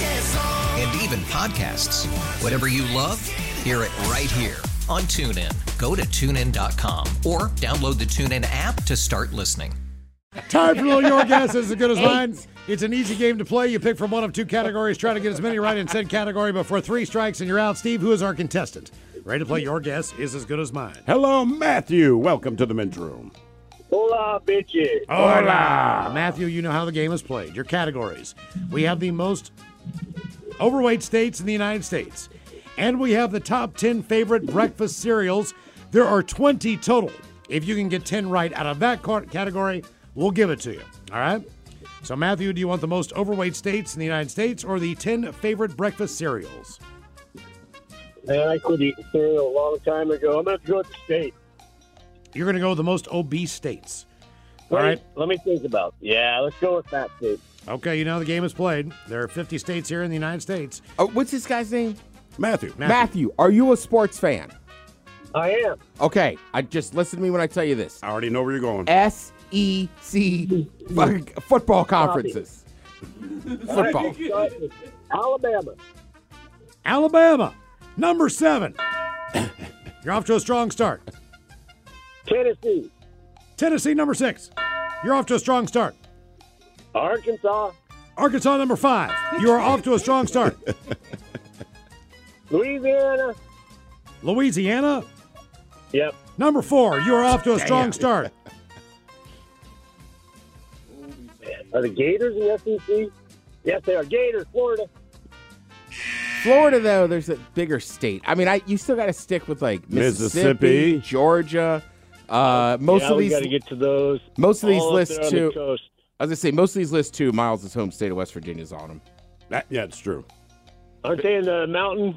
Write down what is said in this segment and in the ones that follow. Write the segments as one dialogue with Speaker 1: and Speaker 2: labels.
Speaker 1: Yes, oh,
Speaker 2: and even podcasts. Whatever you love, hear it right here on TuneIn. Go to tunein.com or download the TuneIn app to start listening.
Speaker 3: Time for a little your guess is as good as mine. It's an easy game to play. You pick from one of two categories, try to get as many right in said category before three strikes and you're out. Steve, who is our contestant? Ready to play your guess is as good as mine.
Speaker 4: Hello, Matthew. Welcome to the men's room.
Speaker 5: Hola, bitches.
Speaker 6: Oh.
Speaker 3: Hola! Matthew, you know how the game is played. Your categories. We have the most overweight states in the United States, and we have the top 10 favorite breakfast cereals. There are 20 total. If you can get 10 right out of that cor- category, we'll give it to you. All right? So, Matthew, do you want the most overweight states in the United States or the 10 favorite breakfast cereals?
Speaker 5: Man, I quit eating cereal a long time ago. I'm going to go to state.
Speaker 3: You're going to go with the most obese states. All right.
Speaker 5: Let me think about. Yeah, let's go with that state.
Speaker 3: Okay, you know the game is played. There are 50 states here in the United States.
Speaker 6: Uh, what's this guy's name?
Speaker 4: Matthew.
Speaker 6: Matthew. Are you a sports fan?
Speaker 5: I am.
Speaker 6: Okay, I just listen to me when I tell you this.
Speaker 4: I already know where you're going.
Speaker 6: SEC fuck- football conferences. Football.
Speaker 5: Alabama.
Speaker 3: Alabama, number seven. You're off to a strong start.
Speaker 5: Tennessee.
Speaker 3: Tennessee, number six. You're off to a strong start.
Speaker 5: Arkansas.
Speaker 3: Arkansas, number five. You are off to a strong start.
Speaker 5: Louisiana.
Speaker 3: Louisiana,
Speaker 5: Yep.
Speaker 3: number four. You are off to a strong start.
Speaker 5: Are the Gators in the SEC? Yes, they are. Gators, Florida.
Speaker 6: Florida, though, there's a bigger state. I mean, I you still got to stick with like Mississippi,
Speaker 4: Mississippi.
Speaker 6: Georgia. Uh, most
Speaker 5: yeah,
Speaker 6: of
Speaker 5: we
Speaker 6: these,
Speaker 5: got to get to those.
Speaker 6: most of these
Speaker 5: All up
Speaker 6: lists,
Speaker 5: there on
Speaker 6: too.
Speaker 5: The coast.
Speaker 6: I was gonna say, most of these lists too. Miles' home state of West Virginia's on them.
Speaker 4: That- yeah, it's true.
Speaker 5: Aren't they in the mountain?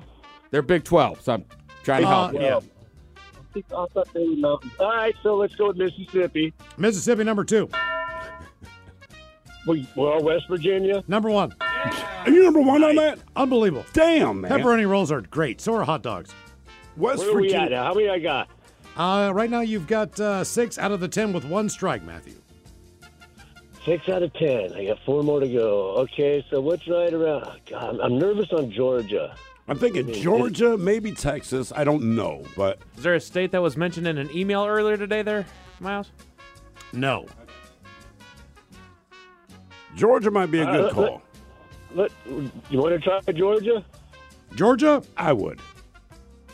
Speaker 6: They're Big Twelve, so I'm trying to help.
Speaker 3: Uh,
Speaker 6: you.
Speaker 3: yeah.
Speaker 5: I think I'll stop there in the mountain. All right, so let's go with Mississippi.
Speaker 3: Mississippi, number two.
Speaker 5: We- Well, West Virginia.
Speaker 3: Number one.
Speaker 4: Are you number one on that?
Speaker 3: Unbelievable.
Speaker 4: Damn, man.
Speaker 3: Pepperoni rolls are great. So are hot dogs.
Speaker 4: West
Speaker 5: Where are we at
Speaker 4: Virginia.
Speaker 5: now? How many I got?
Speaker 3: Uh, right now, you've got uh, six out of the ten with one strike, Matthew.
Speaker 5: Six out of ten. I got four more to go. Okay, so what's right around? oh, God, I'm- I'm nervous on Georgia.
Speaker 4: I'm thinking Georgia, maybe Texas. I don't know, but
Speaker 7: Is there a state that was mentioned in an email earlier today there, Miles?
Speaker 3: No.
Speaker 4: Georgia might be a
Speaker 5: Uh,
Speaker 4: good
Speaker 5: let-
Speaker 4: call.
Speaker 5: Let, you want to try Georgia?
Speaker 3: Georgia,
Speaker 4: I would.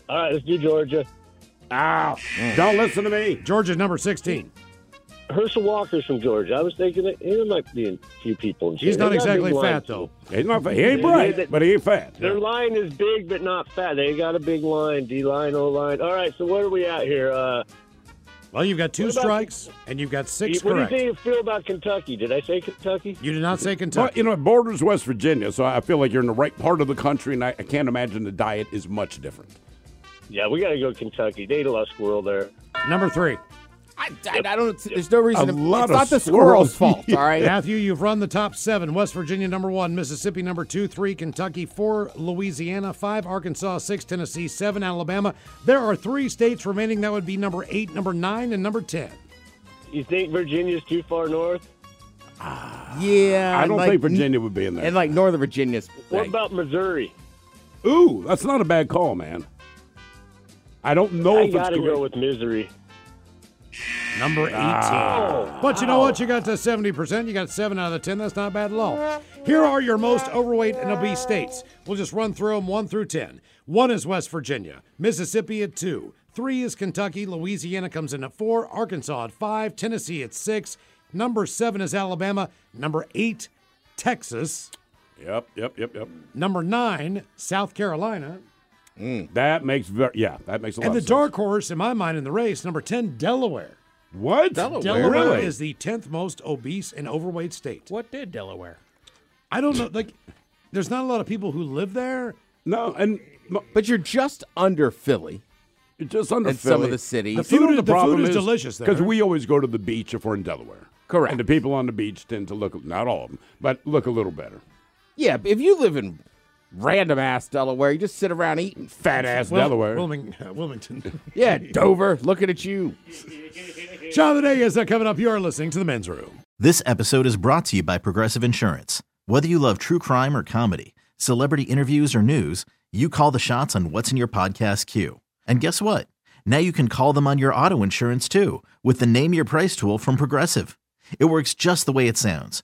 Speaker 5: All right, let's do Georgia.
Speaker 4: Ow. Don't listen to me.
Speaker 3: Georgia's number 16.
Speaker 5: Herschel Walker's from Georgia. I was thinking that there might be a few people. In
Speaker 3: He's
Speaker 5: Georgia.
Speaker 3: not
Speaker 5: They got
Speaker 3: exactly
Speaker 5: big
Speaker 3: fat,
Speaker 5: lines.
Speaker 3: though.
Speaker 4: He's not fat. He ain't
Speaker 5: Yeah,
Speaker 4: bright,
Speaker 5: that-
Speaker 4: but he ain't fat.
Speaker 5: Their line is big, but not fat. They got a big line, D line, O line. All right, so what are we at here? Uh,
Speaker 3: Well, you've got two
Speaker 5: What about-
Speaker 3: strikes, and you've got six
Speaker 5: what
Speaker 3: correct.
Speaker 5: do you think you feel about Kentucky? Did I say Kentucky?
Speaker 3: You did not say Kentucky.
Speaker 4: Well, you know, it borders West Virginia, so I feel like you're in the right part of the country, and I, I can't imagine the diet is much different.
Speaker 5: Yeah, we got to go Kentucky. They lost squirrel there.
Speaker 3: Number three.
Speaker 6: I, I, I don't. There's no reason.
Speaker 4: A
Speaker 6: to,
Speaker 4: lot
Speaker 6: it's
Speaker 4: of
Speaker 6: not the squirrel's
Speaker 4: squirrels.
Speaker 6: fault. All right.
Speaker 3: Matthew, you've run the top seven. West Virginia, number one. Mississippi, number two. Three, Kentucky. Four, Louisiana. Five, Arkansas. Six, Tennessee. Seven, Alabama. There are three states remaining. That would be number eight, number nine, and number 10.
Speaker 5: You think Virginia's too far north?
Speaker 6: Yeah.
Speaker 4: I
Speaker 6: and
Speaker 4: don't
Speaker 6: like-
Speaker 4: think Virginia would be in there.
Speaker 6: And like Northern Virginia's.
Speaker 5: What
Speaker 6: like-
Speaker 5: about Missouri?
Speaker 4: Ooh, that's not a bad call, man. I don't know
Speaker 5: I
Speaker 4: if it's
Speaker 5: got to
Speaker 4: correct.
Speaker 5: go with Missouri.
Speaker 3: Number 18. but you know what? You got to 70%. You got 7 out of the 10. That's not bad at all. Here are your most overweight and obese states. We'll just run through them 1 through 10. 1 is West Virginia, Mississippi at 2, Three is Kentucky. Louisiana comes in at four. Arkansas at five. Tennessee at six. Number seven is Alabama. Number eight, Texas.
Speaker 4: Yep, yep, yep, yep.
Speaker 3: Number nine, South Carolina.
Speaker 4: That makes ver- yeah, that makes a lot
Speaker 3: and the
Speaker 4: of sense.
Speaker 3: dark horse, in my mind, in the race, number 10, Delaware.
Speaker 4: What?
Speaker 3: Delaware
Speaker 4: Oh, Really?
Speaker 3: is the 10th most obese and overweight state.
Speaker 7: What did Delaware?
Speaker 3: I don't know. Like, there's not a lot of people who live there.
Speaker 4: No, and
Speaker 6: But you're just under Philly
Speaker 4: It's just under
Speaker 6: and
Speaker 4: Philly.
Speaker 6: some of the cities.
Speaker 3: The food, the food is, delicious there.
Speaker 4: because we always go to the beach if we're in Delaware.
Speaker 6: Correct.
Speaker 4: And the people on the beach tend to look not all of them, but look a little better.
Speaker 6: yeah, if you live in random ass Delaware, you just sit around eating.
Speaker 4: Fat ass
Speaker 3: Wil-
Speaker 4: Delaware.
Speaker 3: Wilming- uh, Wilmington.
Speaker 6: Yeah, Dover, looking at you.
Speaker 3: Shot of the day is uh, coming up. You are listening to The Men's Room.
Speaker 8: This episode is brought to you by Progressive Insurance. Whether you love true crime or comedy, celebrity interviews or news, you call the shots on what's in your podcast queue. And guess what? Now you can call them on your auto insurance too with the Name Your Price tool from Progressive. It works just the way it sounds.